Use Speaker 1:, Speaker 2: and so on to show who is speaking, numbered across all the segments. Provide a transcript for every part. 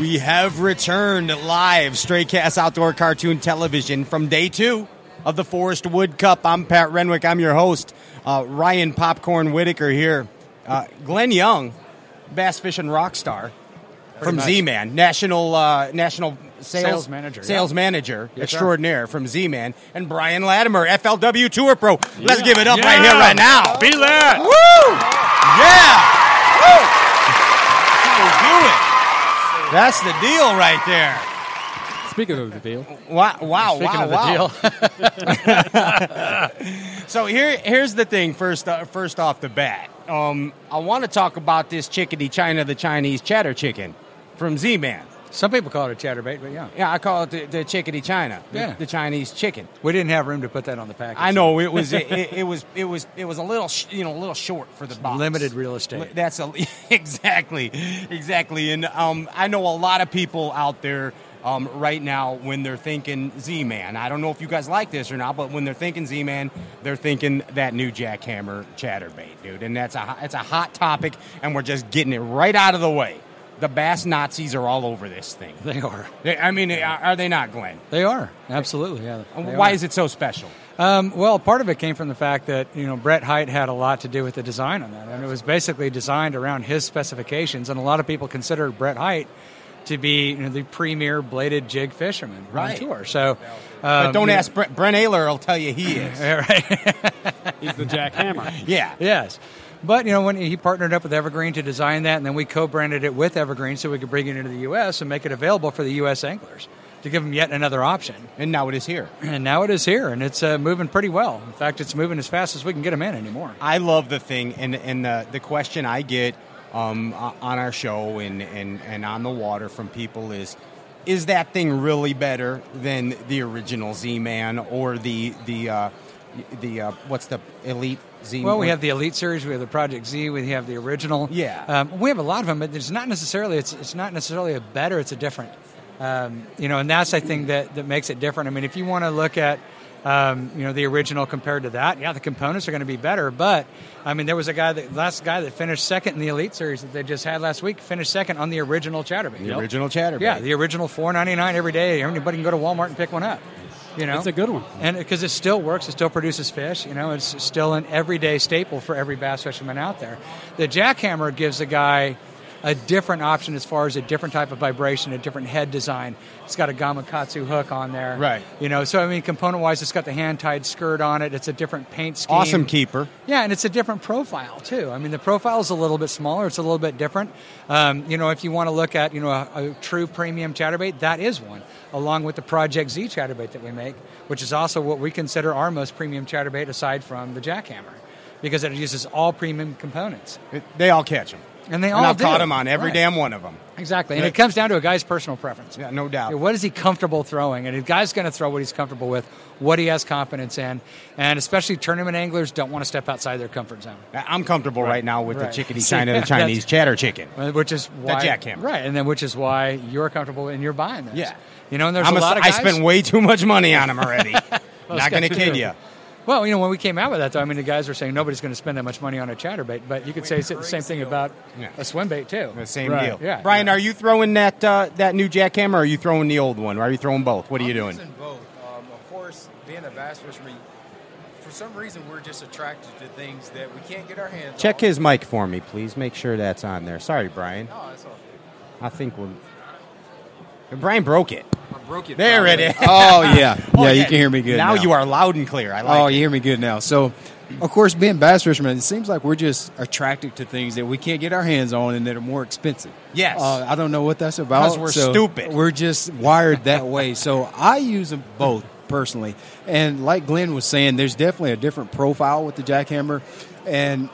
Speaker 1: We have returned live, Stray Cast Outdoor Cartoon Television from day two of the Forest Wood Cup. I'm Pat Renwick. I'm your host, uh, Ryan Popcorn Whitaker here. Uh, Glenn Young, bass fishing rock star from
Speaker 2: much.
Speaker 1: Z-Man, national uh, national sales,
Speaker 2: Sales manager,
Speaker 1: sales
Speaker 2: yeah.
Speaker 1: manager
Speaker 2: Yes, sir.
Speaker 1: extraordinaire from Z-Man, and Brian Latimer, FLW Tour Pro. Let's give it up
Speaker 3: Yeah.
Speaker 1: right here, right now.
Speaker 3: Be that.
Speaker 1: Woo! Yeah! Woo! That'll do it. That's the deal right there.
Speaker 2: Speaking of the deal,
Speaker 1: Wow! Wow!
Speaker 2: speaking
Speaker 1: wow!
Speaker 2: of the
Speaker 1: wow.
Speaker 2: deal,
Speaker 1: So here, here's the thing. First, uh, first off the bat, um, I want to talk about this chickadee China, the Chinese chatter chicken from Z-Man.
Speaker 2: some people call it a chatterbait, but yeah,
Speaker 1: Yeah, I call it the, the chickadee China, the-
Speaker 2: Yeah.
Speaker 1: the Chinese chicken.
Speaker 2: we didn't have room to put that on the package.
Speaker 1: I know it was it, it, it was it was it was a little sh- you know a little short for the box.
Speaker 2: limited real estate.
Speaker 1: Li- That's a exactly exactly, and um, I know a lot of people out there. Um, right now, when they're thinking Z-Man, I don't know if you guys like this or not, but when they're thinking Z-Man, they're thinking that new jackhammer chatterbait, dude, and that's a hot- that's a hot topic, and we're just getting it right out of the way. The bass Nazis are all over this thing.
Speaker 2: They are.
Speaker 1: They, I mean, are, are they not, Glenn?
Speaker 2: They are absolutely. Yeah. they
Speaker 1: Why
Speaker 2: are.
Speaker 1: is it so special?
Speaker 2: Um, well, part of it came from the fact that you know Brett Height had a lot to do with the design on that, and it was basically designed around his specifications. And a lot of people consider Brett Height to be you know, the premier bladed jig fisherman
Speaker 1: Right.
Speaker 2: on tour. So, um,
Speaker 1: But don't
Speaker 2: you know-
Speaker 1: ask Brent, Brent Ayler; will tell you he is.
Speaker 2: Yeah, right.
Speaker 3: He's the jackhammer.
Speaker 1: Yeah.
Speaker 2: Yes. But you know when he partnered up with Evergreen to design that, and then we co-branded it with Evergreen so we could bring it into the U.S. and make it available for the U.S. anglers to give them yet another option.
Speaker 1: And now it is here.
Speaker 2: And now it is here, and it's uh, moving pretty well. In fact, it's moving as fast as we can get them in anymore.
Speaker 1: I love the thing, and and the, the question I get um, o- on our show and, and, and on the water from people is, is that thing really better than the original Z Man or the the uh, the uh, what's the elite Z?
Speaker 2: Well, we have the Elite series, we have the Project Z, we have the original.
Speaker 1: Yeah.
Speaker 2: um, we have a lot of them, but it's not necessarily it's it's not necessarily a better, it's a different. Um, you know, and that's I think that that makes it different. I mean, if you want to look at um, you know the original compared to that, yeah, the components are going to be better. But I mean, there was a guy that last guy that finished second in the Elite series that they just had last week finished second on the original Chatterbait.
Speaker 1: the original Chatterbait.
Speaker 2: Yeah, the original four ninety nine every day. Anybody can go to Walmart and pick one up. You know,
Speaker 3: It's a good one.
Speaker 2: and because it still works, it still produces fish. You know, it's still an everyday staple for every bass fisherman out there. The jackhammer gives a guy a different option as far as a different type of vibration, a different head design. It's got a gamakatsu hook on there,
Speaker 1: Right.
Speaker 2: You know, so I mean, component wise, it's got the hand tied skirt on it. It's a different paint scheme.
Speaker 1: awesome keeper.
Speaker 2: Yeah, and it's a different profile too. I mean, the profile is a little bit smaller. It's a little bit different. Um, you know, if you want to look at you know a, a true premium chatterbait, that is one, along with the Project Z chatterbait that we make, which is also what we consider our most premium chatterbait aside from the jackhammer, because it uses all premium components.
Speaker 1: It- They all catch them,
Speaker 2: And they
Speaker 1: and
Speaker 2: all
Speaker 1: I've
Speaker 2: do.
Speaker 1: caught them on every
Speaker 2: Right.
Speaker 1: damn one of them.
Speaker 2: Exactly, and
Speaker 1: Yeah.
Speaker 2: it comes down to a guy's personal preference.
Speaker 1: Yeah, no doubt.
Speaker 2: Yeah, What is he comfortable throwing? And a guy's going to throw what he's comfortable with, what he has confidence in, and especially tournament anglers don't want to step outside their comfort zone.
Speaker 1: I'm comfortable right, now with
Speaker 2: Right.
Speaker 1: the chickadee
Speaker 2: See,
Speaker 1: China, the
Speaker 2: that's-
Speaker 1: Chinese chatter chicken.
Speaker 2: Uh, which is why
Speaker 1: jackhammer.
Speaker 2: right? And then which is why you're comfortable and you're buying those.
Speaker 1: Yeah.
Speaker 2: you know, and there's
Speaker 1: I'm
Speaker 2: a lot of
Speaker 1: I
Speaker 2: guys.
Speaker 1: spend way too much money on them already. Not going to
Speaker 2: got
Speaker 1: kid
Speaker 2: you.
Speaker 1: you.
Speaker 2: well, you know, when we came out with that, though, I mean, the guys were saying nobody's going to spend that much money on a chatterbait, but you could say it's the same thing about
Speaker 1: Yeah.
Speaker 2: a swim bait too.
Speaker 1: The same
Speaker 3: Right,
Speaker 1: deal.
Speaker 2: yeah.
Speaker 1: Brian, are you throwing that uh, that new jackhammer? or Are you throwing the old one? Or are you throwing both? What are you
Speaker 4: I'm
Speaker 1: doing?
Speaker 4: Using both. Um, of course, being a bass fisherman, for some reason we're just attracted to things that we can't get our hands
Speaker 1: Check
Speaker 4: on.
Speaker 1: his mic for me, please. Make sure that's on there. Sorry, Brian.
Speaker 4: No, that's all.
Speaker 1: I think we're. Brian broke it.
Speaker 4: I broke it.
Speaker 1: There it
Speaker 4: probably.
Speaker 1: is.
Speaker 5: Oh yeah, yeah.
Speaker 1: Oh,
Speaker 5: You can hear me good
Speaker 1: Now,
Speaker 5: now.
Speaker 1: you are loud and clear. I like.
Speaker 5: Oh,
Speaker 1: it.
Speaker 5: you hear me good now. So, of course, being bass fishermen, it seems like we're just attracted to things that we can't get our hands on and that are more expensive.
Speaker 1: Yes.
Speaker 5: Uh, I don't know what that's about.
Speaker 1: 'Cause we're
Speaker 5: so
Speaker 1: stupid.
Speaker 5: We're just wired that way. So I use them both personally. And like Glenn was saying, there's definitely a different profile with the jackhammer. And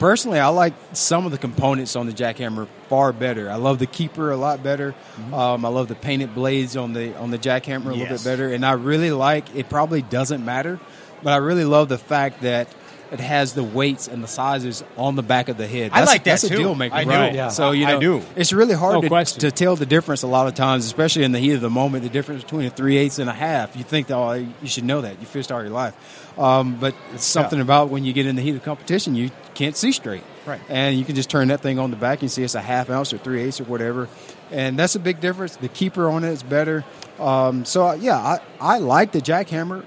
Speaker 5: personally, I like some of the components on the jackhammer far better. I love the keeper a lot better. Um, I love the painted blades on the on the jackhammer a little
Speaker 1: Mm-hmm. Yes.
Speaker 5: bit better, and I really like. It probably doesn't matter, but I really love the fact that. It has the weights and the sizes on the back of the head.
Speaker 1: I
Speaker 5: That's-
Speaker 1: like that
Speaker 5: That's
Speaker 1: too.
Speaker 5: a deal maker.
Speaker 1: I do.
Speaker 5: right?
Speaker 1: Yeah.
Speaker 5: So you
Speaker 1: I
Speaker 5: know,
Speaker 1: do.
Speaker 5: It's really hard
Speaker 3: No
Speaker 5: to,
Speaker 3: question.
Speaker 5: to tell the difference a lot of times, especially in the heat of the moment. The difference between a three eighths and a half. You think that oh, you should know that. You fished all your life, um, but it's something about when you get in the heat of competition, you can't see straight.
Speaker 2: Right.
Speaker 5: And you can just turn that thing on the back and see it's a half ounce or three eighths or whatever. And that's a big difference. The keeper on it is better. Um, so, yeah, I, I like the jackhammer.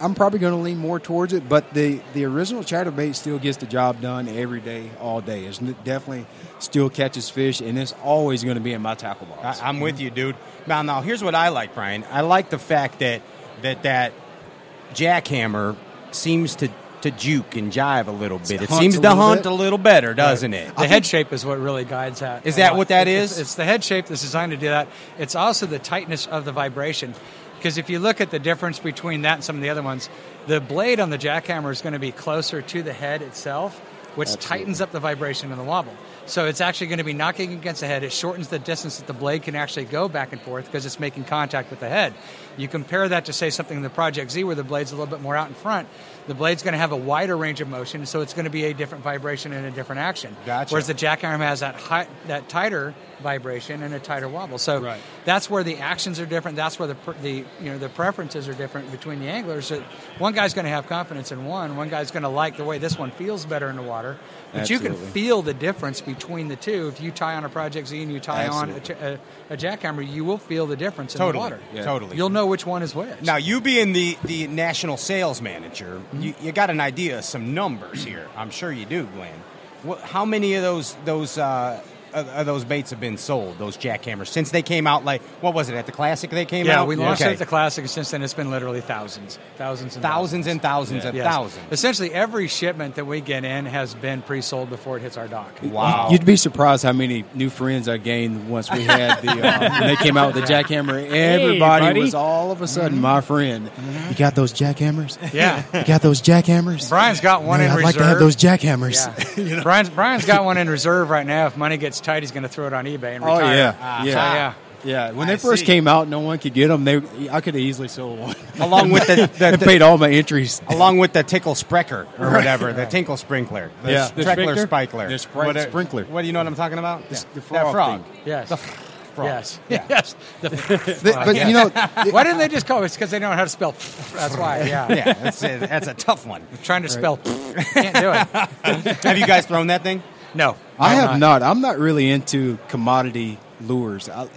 Speaker 5: I'm probably going to lean more towards it, but the, the original chatterbait still gets the job done every day, all day. It's n- definitely still catches fish, and it's always going to be in my tackle box.
Speaker 1: I, I'm with you, dude. Now, now here's what I like, Brian. I like the fact that that that jackhammer seems to to juke and jive a little bit. It
Speaker 5: hunts
Speaker 1: seems
Speaker 5: a
Speaker 1: to
Speaker 5: little
Speaker 1: hunt
Speaker 5: bit.
Speaker 1: a little better, doesn't it?
Speaker 2: The head shape is what really guides that.
Speaker 1: Is
Speaker 2: a
Speaker 1: that
Speaker 2: lot.
Speaker 1: what that is?
Speaker 2: It's- It's, it's the head shape that's designed to do that. It's also the tightness of the vibration. Because if you look at the difference between that and some of the other ones, the blade on the jackhammer is going to be closer to the head itself, which tightens up the vibration in the wobble. So it's actually going to be knocking against the head. It shortens the distance that the blade can actually go back and forth because it's making contact with the head. You compare that to, say, something in the Project Z where the blade's a little bit more out in front. The blade's going to have a wider range of motion, so it's going to be a different vibration and a different action.
Speaker 1: Gotcha.
Speaker 2: Whereas the jackhammer has that high, that tighter vibration and a tighter wobble. So
Speaker 3: Right.
Speaker 2: that's where the actions are different. That's where the per- the you know the preferences are different between the anglers. That one guy's going to have confidence in one. One guy's going to like the way this one feels better in the water. But you can
Speaker 5: Absolutely.
Speaker 2: feel the difference between the two. If you tie on a Project Z and you tie on a, j- a, a jackhammer, you will feel the difference in the
Speaker 1: Totally.
Speaker 2: water.
Speaker 1: Yeah. Totally.
Speaker 2: You'll know which one is which.
Speaker 1: Now, you being the, the national sales manager,
Speaker 2: Mm-hmm.
Speaker 1: you, you got an idea of some numbers here. I'm sure you do, Glenn. What, how many of those those uh, of, of those baits have been sold? Those jackhammers since they came out? Like what was it at the classic? They came out.
Speaker 2: yeah, we launched
Speaker 1: Okay.
Speaker 2: it at the classic, and since then it's been literally thousands, thousands, and
Speaker 1: thousands and thousands and
Speaker 2: Yes.
Speaker 1: thousands.
Speaker 2: Essentially, every shipment that we get in has been pre-sold before it hits our dock.
Speaker 1: Wow.
Speaker 5: You'd be surprised how many new friends I gained once we had the uh, when they came out with the jackhammer. Everybody
Speaker 3: buddy.
Speaker 5: was all of a sudden my friend. You got those jackhammers?
Speaker 2: Yeah.
Speaker 5: You got those jackhammers?
Speaker 2: Brian's got one
Speaker 5: Man,
Speaker 2: in
Speaker 5: I'd
Speaker 2: reserve.
Speaker 5: like to have those jackhammers.
Speaker 2: Yeah. Brian's Brian's got one in reserve right now. If money gets tight, he's going to throw it on eBay and
Speaker 5: Oh
Speaker 2: retire. Ah,
Speaker 5: yeah,
Speaker 2: So,
Speaker 5: yeah,
Speaker 2: yeah.
Speaker 5: yeah. When
Speaker 1: I
Speaker 5: they first
Speaker 1: see.
Speaker 5: came out, no one could get them. They, I could have easily sold one.
Speaker 1: along with the,
Speaker 5: I
Speaker 1: the, the
Speaker 5: paid all my entries.
Speaker 1: along with the tickle sprecker or whatever, the tinkle sprinkler, the
Speaker 5: Yeah.
Speaker 1: s-
Speaker 5: The
Speaker 1: treckler
Speaker 3: sprinkler?
Speaker 1: sprinkler,
Speaker 5: The spri-
Speaker 1: What-
Speaker 5: sprinkler.
Speaker 1: What do you know what I'm talking about?
Speaker 5: s- the
Speaker 1: That
Speaker 5: frog thing.
Speaker 2: Yes.
Speaker 1: frog.
Speaker 2: Yes.
Speaker 1: Yeah.
Speaker 2: Yes. The-
Speaker 5: They- but you know,
Speaker 2: why didn't they just call it? It's because they don't know how to spell. That's why. Yeah.
Speaker 1: yeah, that's, a- that's a tough one.
Speaker 2: Trying to spell. Can't do it.
Speaker 1: Have you guys thrown that thing?
Speaker 2: No.
Speaker 5: I
Speaker 2: I'm
Speaker 5: have not. I'm not really into commodity lures. I,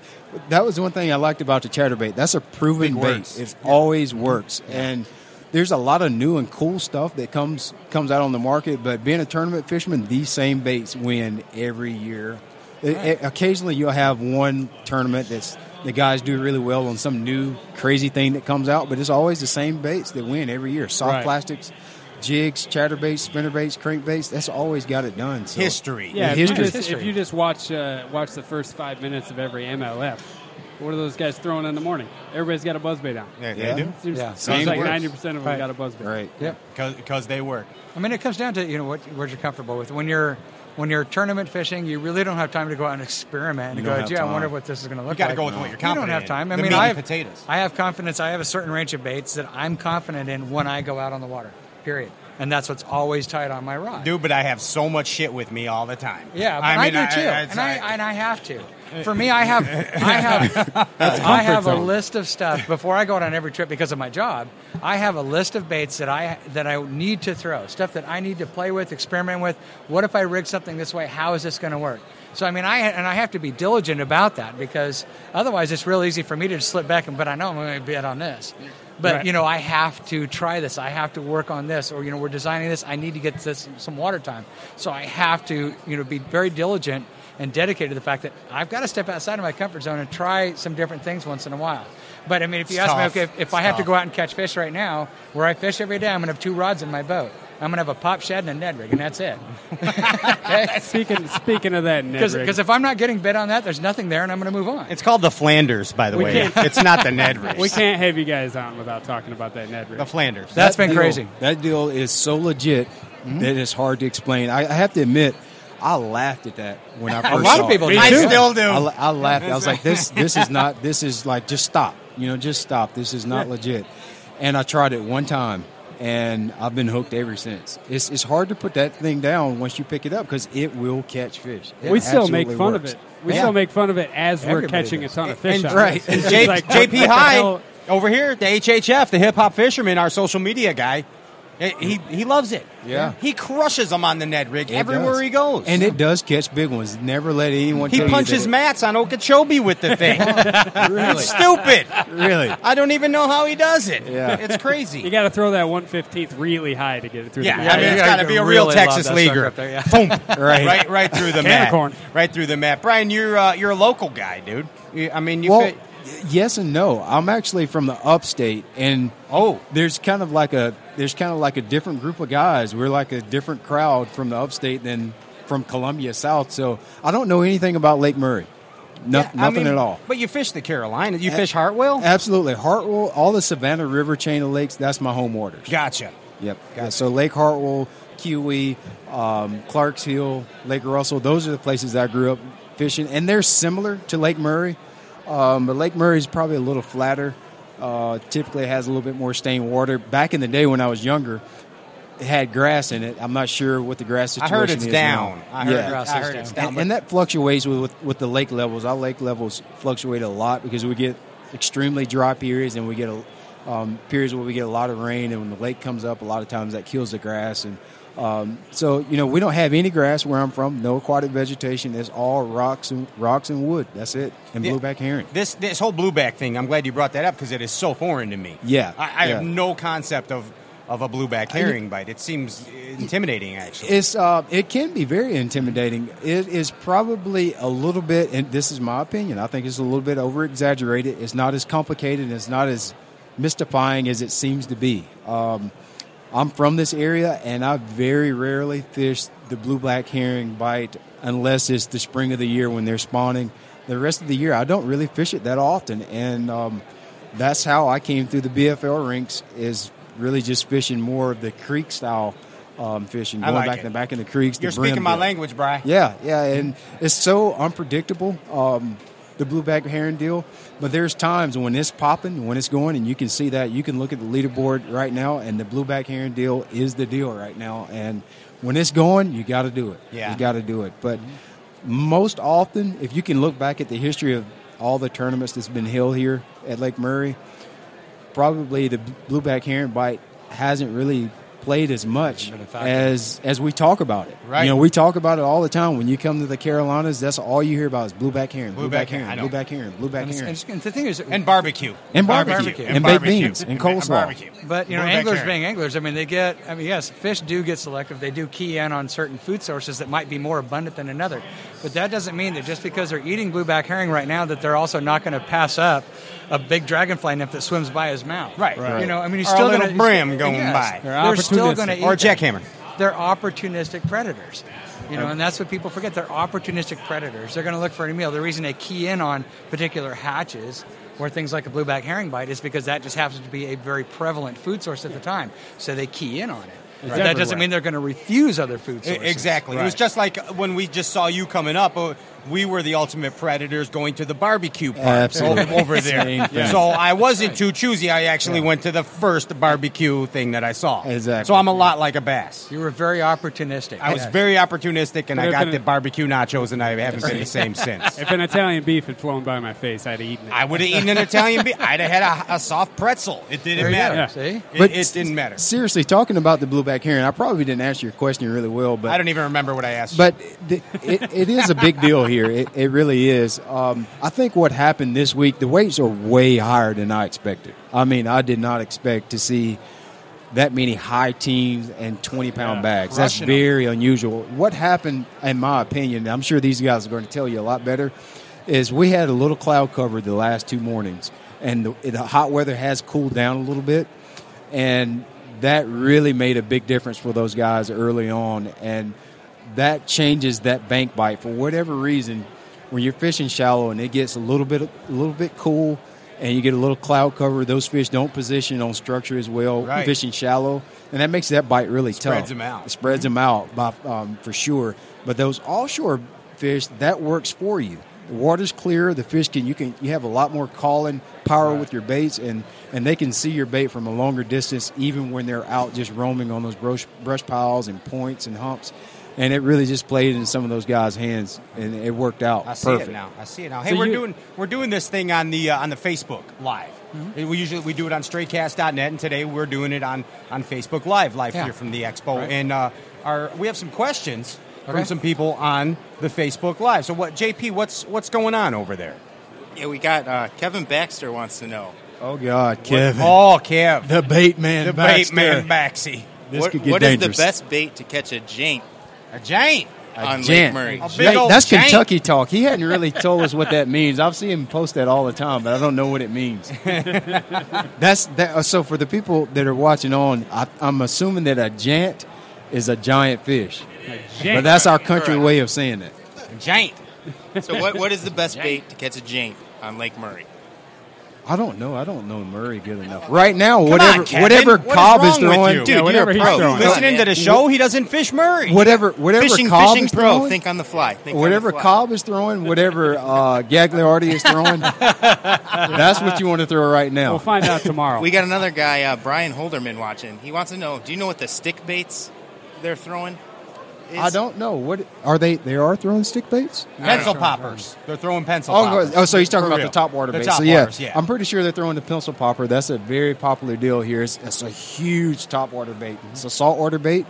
Speaker 5: that was one thing I liked about the chatterbait. That's a proven
Speaker 1: It
Speaker 5: bait.
Speaker 1: works.
Speaker 5: It always works. And there's a lot of new and cool stuff that comes comes out on the market. But being a tournament fisherman, these same baits win every year. It- it- occasionally, you'll have one tournament that's the guys do really well on some new crazy thing that comes out, but it's always the same baits that win every year. Soft
Speaker 3: Right.
Speaker 5: plastics, jigs, chatterbaits, spinnerbaits, crankbaits. That's always got it done. So.
Speaker 1: History.
Speaker 3: Yeah, if,
Speaker 5: history.
Speaker 3: You just, if
Speaker 2: History.
Speaker 3: you just watch uh, watch the first five minutes of every MLF, what are those guys throwing in the morning? Everybody's got a buzz bait on.
Speaker 1: Yeah,
Speaker 5: Yeah.
Speaker 1: they do.
Speaker 3: Seems,
Speaker 2: Yeah.
Speaker 3: seems
Speaker 5: Same
Speaker 3: like
Speaker 5: works.
Speaker 3: ninety percent of them
Speaker 2: Right.
Speaker 3: got a buzz bait.
Speaker 5: Right.
Speaker 2: Yep.
Speaker 1: Because they work.
Speaker 2: I mean, it comes down to you know what what you're comfortable with. When you're when you're tournament fishing, you really don't have time to go out and experiment and
Speaker 5: You
Speaker 2: go,
Speaker 5: don't
Speaker 2: gee,
Speaker 5: have
Speaker 2: I wonder
Speaker 5: time.
Speaker 2: what this is going to look
Speaker 1: gotta
Speaker 2: like.
Speaker 1: go with what you're
Speaker 2: You don't
Speaker 1: confident
Speaker 2: have
Speaker 1: in.
Speaker 2: time. I
Speaker 1: The
Speaker 2: mean,
Speaker 1: meat and
Speaker 2: I have,
Speaker 1: potatoes.
Speaker 2: I have confidence. I have a certain range of baits that I'm confident in when I go out on the water. Period. And that's what's always tied on my rod.
Speaker 1: Dude, but I have so much shit with me all the time.
Speaker 2: Yeah, but I,
Speaker 1: mean,
Speaker 2: do too,
Speaker 1: it's
Speaker 2: and I,
Speaker 1: like-
Speaker 2: and I have to. For me, I have I have I have a list of stuff before I go out on every trip because of my job. I have a list of baits that I that I need to throw, stuff that I need to play with, experiment with. What if I rig something this way? How is this going to work? So I mean, I and I have to be diligent about that because otherwise, it's real easy for me to just slip back and but I know I'm going to bet on this. But
Speaker 3: Right.
Speaker 2: you know, I have to try this. I have to work on this, or you know, we're designing this. I need to get this some water time. So I have to you know be very diligent and dedicated to the fact that I've got to step outside of my comfort zone and try some different things once in a while. But I mean, if you
Speaker 1: It's
Speaker 2: ask
Speaker 1: tough.
Speaker 2: me, okay, if, if
Speaker 1: It's
Speaker 2: I have to
Speaker 1: tough.
Speaker 2: go out and catch fish right now, where I fish every day, I'm going to have two rods in my boat. I'm going to have a pop shad and a Ned rig, and that's it.
Speaker 3: Speaking speaking of that, Ned Rigg,
Speaker 2: Because if I'm not getting bit on that, there's nothing there, and I'm going to move on.
Speaker 1: it's called the Flanders, by the
Speaker 3: We
Speaker 1: way.
Speaker 3: can't-
Speaker 1: It's not the Ned Race.
Speaker 3: we can't have you guys on without talking about that Ned Rigg.
Speaker 1: The Flanders.
Speaker 2: That's been
Speaker 5: deal-
Speaker 2: crazy.
Speaker 5: That deal is so legit that it's hard to explain. I, I have to admit, I laughed at that when I first
Speaker 2: lot of
Speaker 5: saw it.
Speaker 2: people Me do.
Speaker 1: I
Speaker 2: too.
Speaker 1: still do.
Speaker 5: I, la- I laughed. I was like, "This, this is not. This is like just stop. You know, just stop. This is not legit." And I tried it one time, and I've been hooked ever since. It's it's hard to put that thing down once you pick it up because it will catch fish. It
Speaker 3: we still make
Speaker 5: absolutely
Speaker 3: fun
Speaker 5: works.
Speaker 3: of it. We
Speaker 5: Yeah.
Speaker 3: still make fun of it as we're
Speaker 5: Everybody
Speaker 3: catching
Speaker 5: does.
Speaker 3: a ton of fish.
Speaker 5: And-
Speaker 3: on it.
Speaker 5: right.
Speaker 3: It's
Speaker 1: J-
Speaker 3: just like, what
Speaker 1: JP
Speaker 3: the
Speaker 1: High
Speaker 3: hell?
Speaker 1: over here, the HHF, the hip hop fisherman, our social media guy. He, he, he loves it.
Speaker 5: Yeah.
Speaker 1: He crushes them on the net, Rig, everywhere
Speaker 5: does.
Speaker 1: he goes.
Speaker 5: And it does catch big ones. Never let anyone.
Speaker 1: he
Speaker 5: tell you
Speaker 1: punches
Speaker 5: that
Speaker 1: mats on Okeechobee with the thing.
Speaker 5: it- Really,
Speaker 1: It's stupid.
Speaker 5: really.
Speaker 1: I don't even know how he does it.
Speaker 5: Yeah.
Speaker 1: It's
Speaker 3: You
Speaker 1: crazy.
Speaker 3: got to throw that 115th really high to get it through.
Speaker 1: Yeah, I
Speaker 3: the
Speaker 1: mean,
Speaker 3: net.
Speaker 1: it's
Speaker 2: you
Speaker 1: got to
Speaker 2: gotta
Speaker 1: be a
Speaker 2: really
Speaker 1: real
Speaker 2: lob
Speaker 1: Texas
Speaker 2: that
Speaker 1: leaguer.
Speaker 2: sucker up there, yeah.
Speaker 1: Boom, right, right, right through the mat,
Speaker 3: corn.
Speaker 1: right through the mat. Brian, you're uh, you're a local guy, dude. You- I mean, you
Speaker 5: Well,
Speaker 1: fit,
Speaker 5: yes and no. I'm actually from the upstate, and
Speaker 1: oh,
Speaker 5: there's kind of like a there's kind of like a different group of guys. We're like a different crowd from the upstate than from Columbia South. So I don't know anything about Lake Murray. No,
Speaker 1: Yeah, I
Speaker 5: nothing
Speaker 1: mean,
Speaker 5: at all. Eh,
Speaker 1: But you fish the Carolina. You fish Hartwell.
Speaker 5: Absolutely, Hartwell, all the Savannah River chain of lakes. That's my home waters.
Speaker 1: Gotcha.
Speaker 5: Yep. Yeah, so Lake Hartwell, Kiwi, um, Clark's Hill, Lake Russell, those are the places I grew up fishing. And they're similar to Lake Murray, um, but Lake Murray is probably a little flatter. Uh, typically has a little bit more stained water. Back in the day when I was younger, it had grass in it. I'm not sure what the grass
Speaker 1: I
Speaker 5: situation
Speaker 1: heard it's
Speaker 5: is
Speaker 1: down.
Speaker 5: now.
Speaker 1: I heard,
Speaker 5: Yeah.
Speaker 1: I heard it's down.
Speaker 5: And, and that fluctuates with, with, with the lake levels. Our lake levels fluctuate a lot because we get extremely dry periods and we get a, um, periods where we get a lot of rain. And when the lake comes up, a lot of times that kills the grass. And um, so, you know, we don't have any grass where I'm from. No aquatic vegetation. It's all rocks and rocks and wood. That's it. And
Speaker 1: Yeah.
Speaker 5: blueback herring.
Speaker 1: This this whole blueback thing, I'm glad you brought that up because it is so foreign to me.
Speaker 5: Yeah,
Speaker 1: I, I have
Speaker 5: yeah.
Speaker 1: no concept of of a blueback herring bite. It seems intimidating, actually.
Speaker 5: It's uh, it can be very intimidating. It is probably a little bit, and this is my opinion. I think it's a little bit over exaggerated. It's not as complicated. and It's not as mystifying as it seems to be. Um, I'm from this area, and I very rarely fish the blue black herring bite unless it's the spring of the year when they're spawning. The rest of the year, I don't really fish it that often, and um, that's how I came through the BFL rinks is really just fishing more of the creek style um, fishing,
Speaker 1: I
Speaker 5: going
Speaker 1: like
Speaker 5: back
Speaker 1: it.
Speaker 5: in the back in the creeks. the
Speaker 1: You're speaking
Speaker 5: brim
Speaker 1: my
Speaker 5: deal.
Speaker 1: language, Bry.
Speaker 5: Yeah, yeah, and it's so unpredictable. Um, the blueback heron deal, but there's times when it's popping, when it's going, and you can see that. You can look at the leaderboard right now, and the blueback heron deal is the deal right now. And when it's going, you got to do it.
Speaker 1: Yeah.
Speaker 5: you got to do it. But most often, if you can look back at the history of all the tournaments that's been held here at Lake Murray, probably the blueback heron bite hasn't really played as much
Speaker 2: Been a factor.
Speaker 5: as as we talk about it.
Speaker 1: Right.
Speaker 5: You know, we talk about it all the time. When you come to the Carolinas, that's all you hear about is blueback heron,
Speaker 1: Blueback
Speaker 5: blueback
Speaker 1: heron,
Speaker 5: heron,
Speaker 1: I know.
Speaker 5: blueback heron, blueback
Speaker 2: And, it's-
Speaker 5: heron.
Speaker 2: and it's- and the thing is,
Speaker 1: And barbecue.
Speaker 5: And barbecue.
Speaker 2: And
Speaker 5: baked beans. And coleslaw.
Speaker 1: barbecue.
Speaker 2: But you know,
Speaker 1: Blueback
Speaker 2: anglers
Speaker 1: herring.
Speaker 2: being anglers, I mean, they get. I mean, yes, fish do get selective. They do key in on certain food sources that might be more abundant than another. But that doesn't mean that just because they're eating blueback herring right now, that they're also not going to pass up a big dragonfly nymph that swims by his mouth.
Speaker 1: Right.
Speaker 2: You know, I mean, he's
Speaker 1: Or a
Speaker 2: still
Speaker 1: little
Speaker 2: gonna,
Speaker 1: brim going
Speaker 2: yes,
Speaker 1: by.
Speaker 3: They're
Speaker 2: They're still
Speaker 3: opportunistic.
Speaker 2: going to eat
Speaker 1: Or
Speaker 2: that.
Speaker 1: jackhammer.
Speaker 2: They're opportunistic predators. You know, and that's what people forget. They're opportunistic predators. They're going to look for any meal. The reason they key in on particular hatches where things like a blueback herring bite is because that just happens to be a very prevalent food source at the time. So they key in on it. But that doesn't
Speaker 3: everywhere.
Speaker 2: mean they're going to refuse other food
Speaker 1: I-
Speaker 2: sources.
Speaker 1: E, Exactly. It was
Speaker 3: Right.
Speaker 1: just like when we just saw you coming up. uh, We were the ultimate predators going to the barbecue part
Speaker 5: Absolutely.
Speaker 1: o- over there.
Speaker 5: Same thing.
Speaker 1: So I wasn't too choosy. I actually went to the first barbecue thing that I saw.
Speaker 5: Exactly.
Speaker 1: So I'm a lot like a bass.
Speaker 2: You were very opportunistic.
Speaker 1: I was very opportunistic, and
Speaker 3: But
Speaker 1: I
Speaker 3: if
Speaker 1: got
Speaker 3: an-
Speaker 1: the barbecue nachos, and I haven't been the same since.
Speaker 3: If an Italian beef had flown by my face, I'd have eaten it.
Speaker 1: I would have eaten an Italian beef. I'd have had a, a soft pretzel. It didn't
Speaker 2: There you
Speaker 1: matter.
Speaker 2: go. See?
Speaker 1: It, it
Speaker 5: s-
Speaker 1: didn't matter.
Speaker 5: Seriously, talking about the blueback heron, I probably didn't answer your question really well, but
Speaker 1: I don't even remember what I asked.
Speaker 5: But th- it, it is a big deal here. It, it really is. Um, I think what happened this week, the weights are way higher than I expected. I mean, I did not expect to see that many high teams and 20 pound
Speaker 3: Yeah,
Speaker 5: bags. That's
Speaker 1: crushing 'em.
Speaker 5: very unusual. What happened, in my opinion, and I'm sure these guys are going to tell you a lot better, is we had a little cloud cover the last two mornings, and the, the hot weather has cooled down a little bit, and that really made a big difference for those guys early on, and that changes that bank bite for whatever reason. When you're fishing shallow and it gets a little bit a little bit cool, and you get a little cloud cover, those fish don't position on structure as well.
Speaker 1: Right.
Speaker 5: Fishing shallow, and that makes that bite really tough.
Speaker 1: Spreads 'em out. Mm-hmm.
Speaker 5: It spreads them out by, um, for sure. But those offshore fish, that works for you. The water's clear. The fish can you can you have a lot more calling power with your baits, and and they can see your bait from a longer distance, even when they're out just roaming on those brush brush piles and points and humps. and it really just played in some of those guys' hands, and it worked out
Speaker 1: I see
Speaker 5: perfect.
Speaker 1: it now. I see it now. Hey,
Speaker 3: So
Speaker 1: we're
Speaker 3: you-
Speaker 1: doing we're doing this thing on the uh, on the Facebook Live.
Speaker 5: Mm-hmm.
Speaker 1: And We usually we do it on straightcast.net, and today we're doing it on on Facebook Live, live
Speaker 2: Yeah.
Speaker 1: here from the expo.
Speaker 2: Right.
Speaker 1: And uh, our we have some questions
Speaker 2: Okay.
Speaker 1: from some people on the Facebook Live. So what, JP? What's what's going on over there?
Speaker 6: Yeah, we got uh, Kevin Baxter wants to know.
Speaker 5: Oh God, Kevin,
Speaker 1: Oh, Kev,
Speaker 5: the bait man,
Speaker 1: the
Speaker 5: Baxter.
Speaker 1: bait man Baxi,
Speaker 5: This
Speaker 6: what
Speaker 5: could get
Speaker 6: what is
Speaker 5: dangerous.
Speaker 6: the best bait to catch a jank
Speaker 1: a giant.
Speaker 6: on Lake
Speaker 5: Gent.
Speaker 6: Murray?
Speaker 1: A big
Speaker 5: Hey,
Speaker 1: old
Speaker 5: that's
Speaker 1: giant.
Speaker 5: Kentucky talk. He hadn't really told us what that means. I've seen him post that all the time, but I don't know what it means. that's that. uh, So for the people that are watching on, I, I'm assuming that a jant is a giant fish, but that's our country
Speaker 6: Correct.
Speaker 5: way of saying it.
Speaker 1: A giant.
Speaker 6: So what, what is the best bait to catch a jank on Lake Murray?
Speaker 5: I don't know. I don't know Murray good enough. Right now,
Speaker 1: on,
Speaker 5: whatever
Speaker 1: Kevin.
Speaker 5: whatever
Speaker 1: What is
Speaker 5: Cobb
Speaker 1: wrong
Speaker 5: is
Speaker 1: with
Speaker 5: throwing,
Speaker 1: you?
Speaker 6: Dude,
Speaker 3: whatever
Speaker 6: you're
Speaker 3: he's
Speaker 6: a pro. Come
Speaker 3: throwing.
Speaker 6: on,
Speaker 1: Listening to
Speaker 6: man.
Speaker 1: the show, he doesn't fish Murray.
Speaker 5: whatever whatever
Speaker 6: Fishing,
Speaker 5: Cobb
Speaker 6: fishing
Speaker 5: is
Speaker 6: pro.
Speaker 5: throwing,
Speaker 6: Think on the fly. Think on
Speaker 5: whatever
Speaker 6: the fly.
Speaker 5: Cobb is throwing, whatever uh, Gagliardi is throwing, that's what you want to throw right now.
Speaker 3: We'll find out tomorrow.
Speaker 6: We got another guy, uh, Brian Holderman, watching. He wants to know: Do you know what the stick baits they're throwing? Is?
Speaker 5: I don't know. What are they? They are throwing stick baits.
Speaker 1: Pencil poppers. They're throwing pencil
Speaker 5: Oh,
Speaker 1: poppers.
Speaker 5: oh, so he's talking
Speaker 1: For
Speaker 5: about
Speaker 1: real.
Speaker 5: the top water
Speaker 1: The
Speaker 5: baits.
Speaker 1: top
Speaker 5: so, yeah,
Speaker 1: waters, yeah.
Speaker 5: I'm pretty sure they're throwing the pencil popper. That's a very popular deal here. It's, it's a huge top water bait.
Speaker 2: Mm-hmm.
Speaker 5: It's a saltwater bait.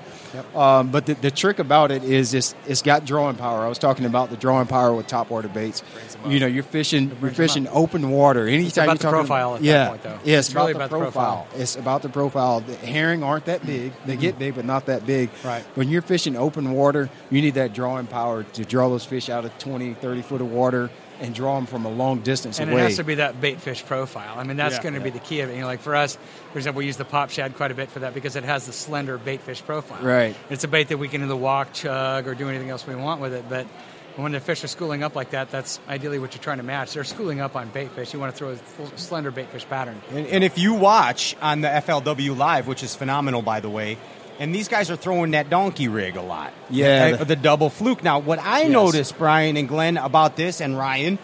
Speaker 5: Um, but the, the trick about it is it's, it's got drawing power. I was talking about the drawing power with top water baits. You know, you're fishing you're fishing open water. Anytime
Speaker 2: about
Speaker 5: you're
Speaker 2: the
Speaker 5: talking,
Speaker 2: profile at that
Speaker 5: yeah,
Speaker 2: point, though.
Speaker 5: Yeah,
Speaker 2: It's
Speaker 5: it's,
Speaker 2: really about
Speaker 5: about, the
Speaker 2: the profile.
Speaker 5: profile. It's about the profile. The herring aren't that big. They get big, but not that big.
Speaker 2: Mm-hmm. Right.
Speaker 5: When you're fishing open water, you need that drawing power to draw those fish out of 20, 30 foot of water and draw them from a long distance
Speaker 2: and
Speaker 5: away.
Speaker 2: it has to be that bait fish profile. I mean, that's
Speaker 3: Yeah.
Speaker 2: going to be the key of it. You know, like for us, for example, we use the pop shad quite a bit for that because it has the slender bait fish profile.
Speaker 5: Right.
Speaker 2: It's a bait that we can either walk, chug, or do anything else we want with it. But when the fish are schooling up like that, that's ideally what you're trying to match. They're schooling up on bait fish. You want to throw a full slender bait fish pattern.
Speaker 1: And, and if you watch on the FLW Live, which is phenomenal, by the way, and these guys are throwing that donkey rig a lot.
Speaker 5: Yeah.
Speaker 1: The, the double fluke. Now, what I noticed, Brian and Glenn, about this and Ryan,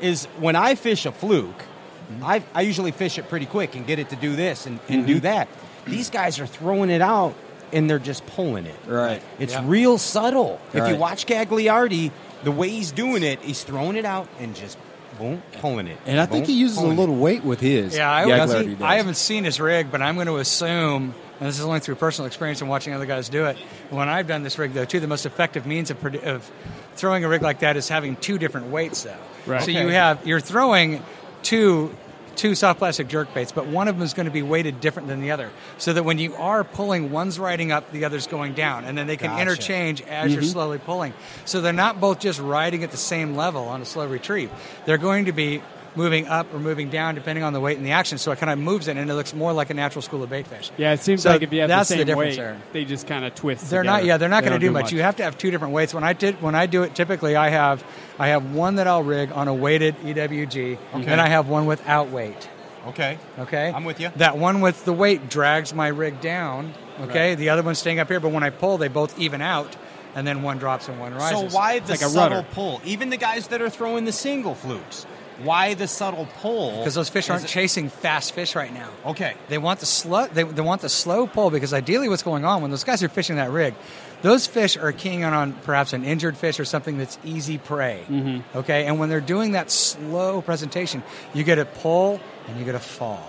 Speaker 1: is when I fish a fluke,
Speaker 5: Mm-hmm.
Speaker 1: I, I usually fish it pretty quick and get it to do this and, and do that. These guys are throwing it out and they're just pulling it.
Speaker 5: Right.
Speaker 1: It's
Speaker 2: Yeah.
Speaker 1: real subtle. If you
Speaker 5: Right.
Speaker 1: watch Gagliardi, the way he's doing it, he's throwing it out and just boom, pulling it.
Speaker 5: And I think
Speaker 1: boom,
Speaker 5: he uses a
Speaker 1: pulling it.
Speaker 5: little weight with his.
Speaker 2: Yeah, I,
Speaker 5: Yagliardi
Speaker 2: I,
Speaker 5: does.
Speaker 2: I haven't seen his rig, but I'm going to assume, and this is only through personal experience and watching other guys do it. When I've done this rig, though, too, the most effective means of, produ- of throwing a rig like that is having two different weights, though.
Speaker 3: Right.
Speaker 2: So you have you're throwing two two soft plastic jerk baits, but one of them is going to be weighted different than the other, so that when you are pulling, one's riding up, the other's going down, and then they can
Speaker 1: Gotcha.
Speaker 2: interchange as you're slowly pulling. So they're not both just riding at the same level on a slow retrieve. They're going to be moving up or moving down depending on the weight and the action. So it kind of moves it, and it looks more like a natural school of bait fish.
Speaker 3: yeah, it seems
Speaker 2: So
Speaker 3: like if you have the
Speaker 2: that's
Speaker 3: same
Speaker 2: difference
Speaker 3: weight,
Speaker 2: there.
Speaker 3: they just kind of twist.
Speaker 2: They're not.
Speaker 3: together.
Speaker 2: Yeah, they're not
Speaker 3: They
Speaker 2: going to
Speaker 3: don't
Speaker 2: do much. You have to have two different weights. When I did, when I do it, typically I have, I have one that I'll rig on a weighted EWG, and then I have one without weight.
Speaker 1: Okay.
Speaker 2: Okay,
Speaker 1: I'm with you.
Speaker 2: That one with the weight drags my rig down. Okay, the other one's staying up here, but when I pull, they both even out, and then one drops and one
Speaker 1: So
Speaker 2: rises.
Speaker 1: why the
Speaker 3: like a
Speaker 1: subtle
Speaker 3: rudder.
Speaker 1: pull? Even the guys that are throwing the single flukes, why the subtle pull?
Speaker 2: Because those fish
Speaker 1: Is
Speaker 2: aren't
Speaker 1: it-
Speaker 2: chasing fast fish right now.
Speaker 1: Okay.
Speaker 2: They want the slow. They, they want the slow pull because ideally, what's going on when those guys are fishing that rig? Those fish are keying in on perhaps an injured fish or something that's easy prey.
Speaker 1: Mm-hmm.
Speaker 2: Okay, and when they're doing that slow presentation, you get a pull and you get a fall.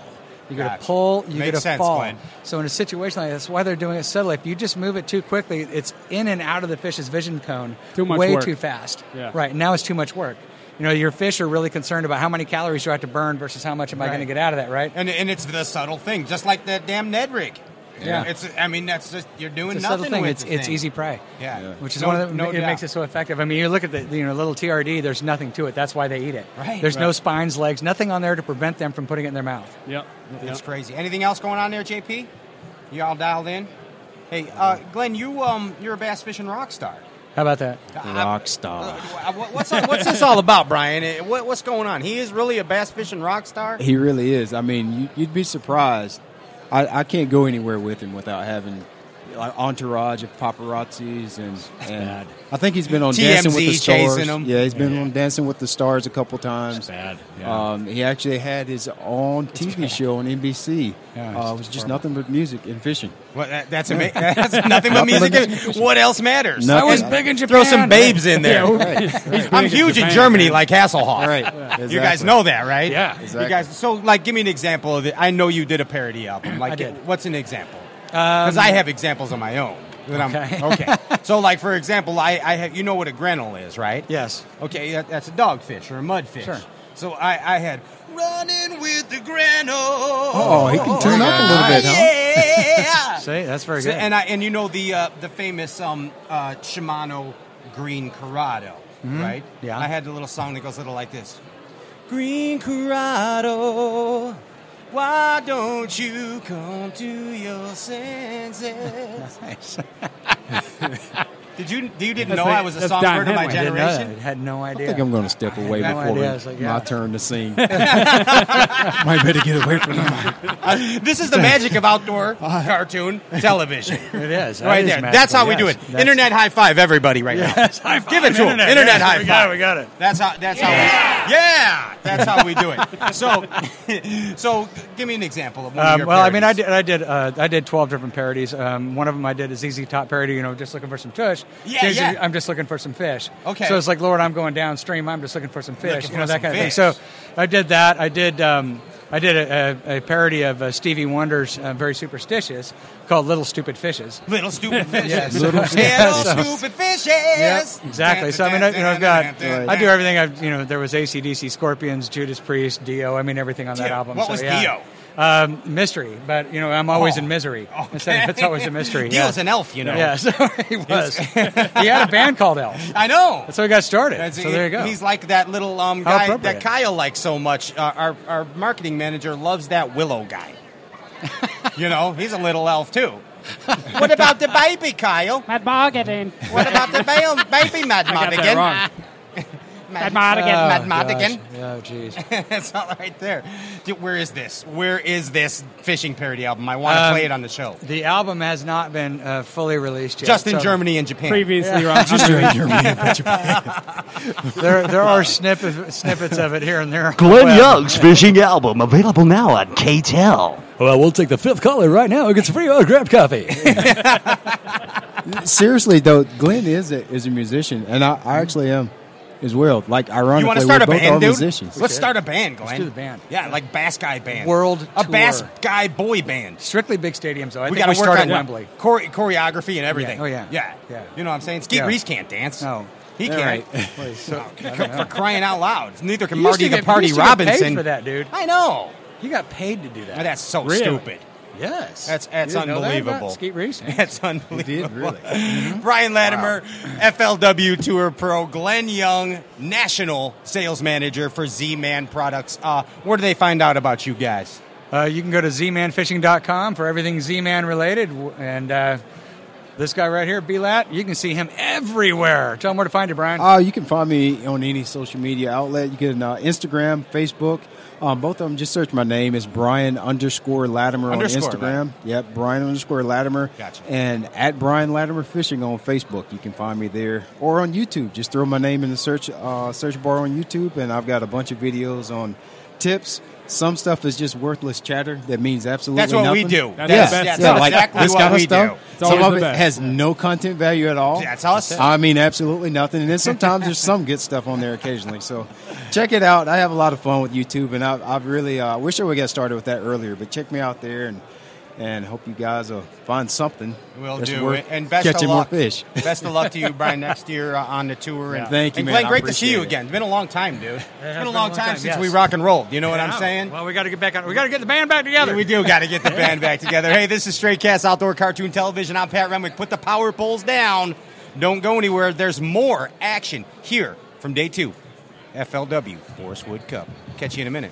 Speaker 2: You get
Speaker 1: Gotcha.
Speaker 2: a pull, you
Speaker 1: Makes
Speaker 2: get a
Speaker 1: sense,
Speaker 2: fall.
Speaker 1: Glenn.
Speaker 2: So in a situation like that, that's why they're doing it subtly. If you just move it too quickly, it's in and out of the fish's vision cone
Speaker 3: Too much
Speaker 2: way
Speaker 3: work.
Speaker 2: too fast.
Speaker 3: Yeah.
Speaker 2: Right now, it's too much work. You know, your fish are really concerned about how many calories you have to burn versus how much am I
Speaker 1: Right.
Speaker 2: going to get out of that, right?
Speaker 1: And and it's the subtle thing, just like that damn Ned rig.
Speaker 2: Yeah.
Speaker 1: It's I mean that's just you're doing
Speaker 2: It's a subtle
Speaker 1: nothing
Speaker 2: thing.
Speaker 1: with
Speaker 2: It's,
Speaker 1: the
Speaker 2: it's
Speaker 1: thing.
Speaker 2: easy prey.
Speaker 1: Yeah.
Speaker 2: Which is
Speaker 1: No-
Speaker 2: one of the
Speaker 1: no
Speaker 2: it makes
Speaker 1: doubt.
Speaker 2: it so effective. I mean, you look at the you know little TRD. There's nothing to it. That's why they eat it.
Speaker 1: Right.
Speaker 2: There's no
Speaker 1: Right.
Speaker 2: spines, legs, nothing on there to prevent them from putting it in their mouth.
Speaker 3: Yep.
Speaker 1: It's
Speaker 3: yep.
Speaker 1: crazy. Anything else going on there, JP? You all dialed in? Hey, uh, Glenn, you um, you're a bass fishing rock star.
Speaker 2: How about that?
Speaker 5: rock star.
Speaker 1: Uh, what- What's what's this all about, Brian? Eh, What, what's going on? He is really a bass fishing rock star.
Speaker 5: He really is. I mean, you, you'd be surprised. I, I can't go anywhere with him without having like entourage of paparazzis and, and I think he's been on
Speaker 1: TMZ
Speaker 5: Dancing with the Stars.
Speaker 1: chasing him.
Speaker 5: Yeah, he's been on Dancing with the Stars a couple times.
Speaker 7: bad,
Speaker 2: Uh,
Speaker 7: yeah.
Speaker 5: Um, he actually had his own TV show on NBC.
Speaker 2: Yeah,
Speaker 5: uh,
Speaker 2: it's
Speaker 5: it was just nothing but music and fishing.
Speaker 1: Well, that, that's, ama- that's nothing but music. what else matters?
Speaker 5: Nothing. I was
Speaker 1: big in Japan. Throw some babes in there. I'm huge in Germany, like Hasselhoff.
Speaker 5: Right.
Speaker 1: You guys know that, right?
Speaker 2: Yeah.
Speaker 5: Exactly.
Speaker 1: You guys. So, like, give me an example of it. I know you did a parody album. Like,
Speaker 2: I did.
Speaker 1: what's an example?
Speaker 2: Um,
Speaker 1: Because I have examples of my own. That I'm,
Speaker 2: Okay.
Speaker 1: okay. So, like, for example, I, I have. You know what a grenel is, right?
Speaker 2: Yes.
Speaker 1: Okay, that, that's a dogfish or a mudfish.
Speaker 2: Sure.
Speaker 1: So I, I had running with the grenel.
Speaker 5: Oh, he can turn up a little bit, huh?
Speaker 1: Yeah.
Speaker 2: See, that's very
Speaker 1: So-
Speaker 2: good.
Speaker 1: and I and you know the uh, the famous um, uh, Shimano Green Corrado, right?
Speaker 2: Mm-hmm. Yeah.
Speaker 1: I had the little song that goes a little like this: Green Corrado, why don't you come to your senses?
Speaker 2: nice.
Speaker 1: Did you you didn't
Speaker 3: That's
Speaker 1: know
Speaker 3: the-
Speaker 1: I was a
Speaker 3: that's Don
Speaker 1: songbird of my
Speaker 3: Henley.
Speaker 2: I didn't know that.
Speaker 1: generation?
Speaker 2: had no
Speaker 5: I
Speaker 2: idea.
Speaker 5: think I'm going to step away
Speaker 2: no
Speaker 5: before
Speaker 2: idea.
Speaker 5: it-
Speaker 2: It's like,
Speaker 5: my
Speaker 2: yeah.
Speaker 5: turn to sing. Might better get away from him.
Speaker 1: Uh, This is the magic of outdoor cartoon television.
Speaker 2: It is Uh, That
Speaker 1: Right
Speaker 2: is
Speaker 1: there.
Speaker 2: magical.
Speaker 1: That's how we
Speaker 2: Yes.
Speaker 1: do it.
Speaker 2: That's-
Speaker 1: Internet high five, everybody, right now.
Speaker 2: High five,
Speaker 1: Give it to 'em.
Speaker 2: internet.
Speaker 1: Internet
Speaker 2: Yes,
Speaker 1: high
Speaker 2: we got it,
Speaker 1: five.
Speaker 2: we got it.
Speaker 1: That's how. That's how. We, yeah, that's how we do it. So, so give me an example of one of
Speaker 2: Um,
Speaker 1: your
Speaker 2: well, I mean, I
Speaker 1: parodies.
Speaker 2: did, I did, uh, I did twelve different parodies. Um, one of them I did a ZZ Top parody. You know, just looking for some fish.
Speaker 1: Yeah,
Speaker 2: Here's
Speaker 1: yeah.
Speaker 2: your- I'm just looking for some fish.
Speaker 1: Okay.
Speaker 2: So it's like, Lord, I'm going downstream. I'm just looking for some fish.
Speaker 1: Looking
Speaker 2: you know
Speaker 1: for
Speaker 2: that
Speaker 1: some
Speaker 2: kind
Speaker 1: fish.
Speaker 2: of thing. So I did that. I did. Um, I did a, a, a parody of uh, Stevie Wonder's uh, "Very Superstitious" called "Little Stupid Fishes."
Speaker 1: Little stupid fishes.
Speaker 2: Yes.
Speaker 1: Little,
Speaker 2: Little-
Speaker 1: stupid fishes.
Speaker 2: Yeah, exactly. So I mean, I, you know, I've got, I do everything. I've, you know, there was ACDC, Scorpions, Judas Priest, Dio. I mean, everything on that
Speaker 1: Dio.
Speaker 2: album.
Speaker 1: What
Speaker 2: so,
Speaker 1: was
Speaker 2: yeah.
Speaker 1: Dio?
Speaker 2: Um, mystery, but you know, I'm
Speaker 1: Oh,
Speaker 2: always in misery.
Speaker 1: okay.
Speaker 2: Instead of- it's always a mystery.
Speaker 1: Dio's
Speaker 2: yeah.
Speaker 1: an elf, you know.
Speaker 2: Yeah, so he was. he had a band called Elf.
Speaker 1: I know.
Speaker 2: That's how he got started.
Speaker 1: That's-
Speaker 2: so there you go.
Speaker 1: He's like that little um,
Speaker 2: How
Speaker 1: guy
Speaker 2: appropriate.
Speaker 1: that Kyle likes so much. Uh, our our marketing manager loves that Willow guy. you know, he's a little elf too. what about the baby, Kyle?
Speaker 8: Mad Marketing.
Speaker 1: What about the ba- baby Mad
Speaker 3: got that
Speaker 1: Madigan?
Speaker 3: wrong.
Speaker 1: Mad
Speaker 8: Madigan.
Speaker 1: Mad
Speaker 2: Oh,
Speaker 1: Madigan.
Speaker 2: gosh. Oh, jeez.
Speaker 1: That's all right there. Dude, Where is this? Where is this fishing parody album? I want to
Speaker 2: Um,
Speaker 1: play it on the show.
Speaker 2: The album has not been uh, fully released yet.
Speaker 1: Just in
Speaker 2: so
Speaker 1: Germany and Japan.
Speaker 3: Previously wrong. Unreleased.
Speaker 2: There, there are snippets, snippets of it here and there.
Speaker 9: Glenn
Speaker 2: Well,
Speaker 9: Young's fishing album available now on E KTEL.
Speaker 7: Well, we'll take the fifth caller right now who gets a free autographed copy.
Speaker 5: Seriously though, Glenn is a, is a musician, and I, I actually am as well. Like ironically,
Speaker 1: You want to
Speaker 5: we're
Speaker 1: start a
Speaker 5: both are
Speaker 1: band, dude?
Speaker 5: musicians.
Speaker 1: Let's start a band, Glenn.
Speaker 2: do the band.
Speaker 1: Yeah, like Bass Guy Band.
Speaker 2: World
Speaker 1: A
Speaker 2: tour.
Speaker 1: Bass Guy Boy Band.
Speaker 2: Strictly big stadiums, though. I
Speaker 1: we
Speaker 2: think
Speaker 1: got
Speaker 2: we
Speaker 1: to work
Speaker 2: start
Speaker 1: on
Speaker 2: at Wembley.
Speaker 1: chore- choreography and everything.
Speaker 2: Yeah. Oh, yeah.
Speaker 1: yeah,
Speaker 2: Yeah.
Speaker 1: You know what I'm saying? Skeet
Speaker 2: Yeah.
Speaker 1: Reese can't dance.
Speaker 2: No.
Speaker 1: he
Speaker 5: All
Speaker 1: can't.
Speaker 5: right.
Speaker 2: Please, Oh. so-
Speaker 1: For crying out loud, neither can
Speaker 2: You
Speaker 1: Marty
Speaker 2: used to
Speaker 1: the
Speaker 2: get-
Speaker 1: Party
Speaker 2: you used to get paid
Speaker 1: Robinson.
Speaker 2: for that, dude.
Speaker 1: I know.
Speaker 2: You got paid to do that.
Speaker 1: Oh, that's so
Speaker 3: Really?
Speaker 1: stupid.
Speaker 2: yes.
Speaker 1: That's that's
Speaker 2: You didn't know that about
Speaker 1: unbelievable.
Speaker 2: Skeet Reese.
Speaker 1: That's unbelievable.
Speaker 5: really.
Speaker 1: Brian Latimer, FLW Tour Pro, Glenn Young, National Sales Manager for Z Man Products. Uh, where do they find out about you guys?
Speaker 2: Uh, you can go to zmanfishing.com for everything Z-Man related. W- And uh, this guy right here, BLAT, you can see him everywhere. Tell him where to find you, Brian.
Speaker 5: Uh, you can find me on any social media outlet. You can uh, Instagram, Facebook, um, both of them. Just search my name. It's Brian underscore Latimer
Speaker 1: Underscore
Speaker 5: on Instagram.
Speaker 1: Latimer.
Speaker 5: Yep, Brian underscore Latimer.
Speaker 1: Gotcha.
Speaker 5: And at Brian Latimer Fishing on Facebook. You can find me there or on YouTube. Just throw my name in the search uh, search bar on YouTube, and I've got a bunch of videos on tips. Some stuff is just worthless chatter that means absolutely
Speaker 1: That's what we
Speaker 5: nothing.
Speaker 1: do.
Speaker 3: That's
Speaker 5: yeah,
Speaker 3: the best
Speaker 5: yeah,
Speaker 3: stuff.
Speaker 5: like
Speaker 1: Exactly
Speaker 5: this
Speaker 1: what
Speaker 5: kind
Speaker 1: we
Speaker 5: of stuff.
Speaker 1: do. It's
Speaker 5: Some
Speaker 3: always
Speaker 5: of
Speaker 3: the
Speaker 5: it
Speaker 3: best.
Speaker 5: has no content value at all.
Speaker 1: That's us.
Speaker 5: I mean, absolutely nothing. And then sometimes there's some good stuff on there occasionally. So check it out. I have a lot of fun with YouTube, and I, I really uh, wish I would get started with that earlier. But check me out there, and and hope you guys will find something.
Speaker 1: Will
Speaker 5: that's
Speaker 1: do.
Speaker 5: worth
Speaker 1: it. And best
Speaker 5: catching
Speaker 1: of luck.
Speaker 5: more fish.
Speaker 1: best of luck to you, Brian, next year uh, on the tour. And
Speaker 5: Thank you,
Speaker 1: and
Speaker 5: man.
Speaker 1: Glenn,
Speaker 5: I
Speaker 1: great to see
Speaker 5: appreciate
Speaker 1: you
Speaker 5: it.
Speaker 1: again. It's been a long time, dude. It's been, a
Speaker 2: been
Speaker 1: long,
Speaker 2: a long
Speaker 1: time,
Speaker 2: time,
Speaker 1: since
Speaker 2: yes.
Speaker 1: we rock and rolled. You know what I'm
Speaker 2: Yeah.
Speaker 1: saying?
Speaker 2: Well, we got to get back on. We got to get the band back together.
Speaker 1: we do got to get the band back together. Hey, this is Straight Cast Outdoor Cartoon Television. I'm Pat Remwick. Put the power poles down. Don't go anywhere. There's more action here from day two, FLW Forest Wood Cup. Catch you in a minute.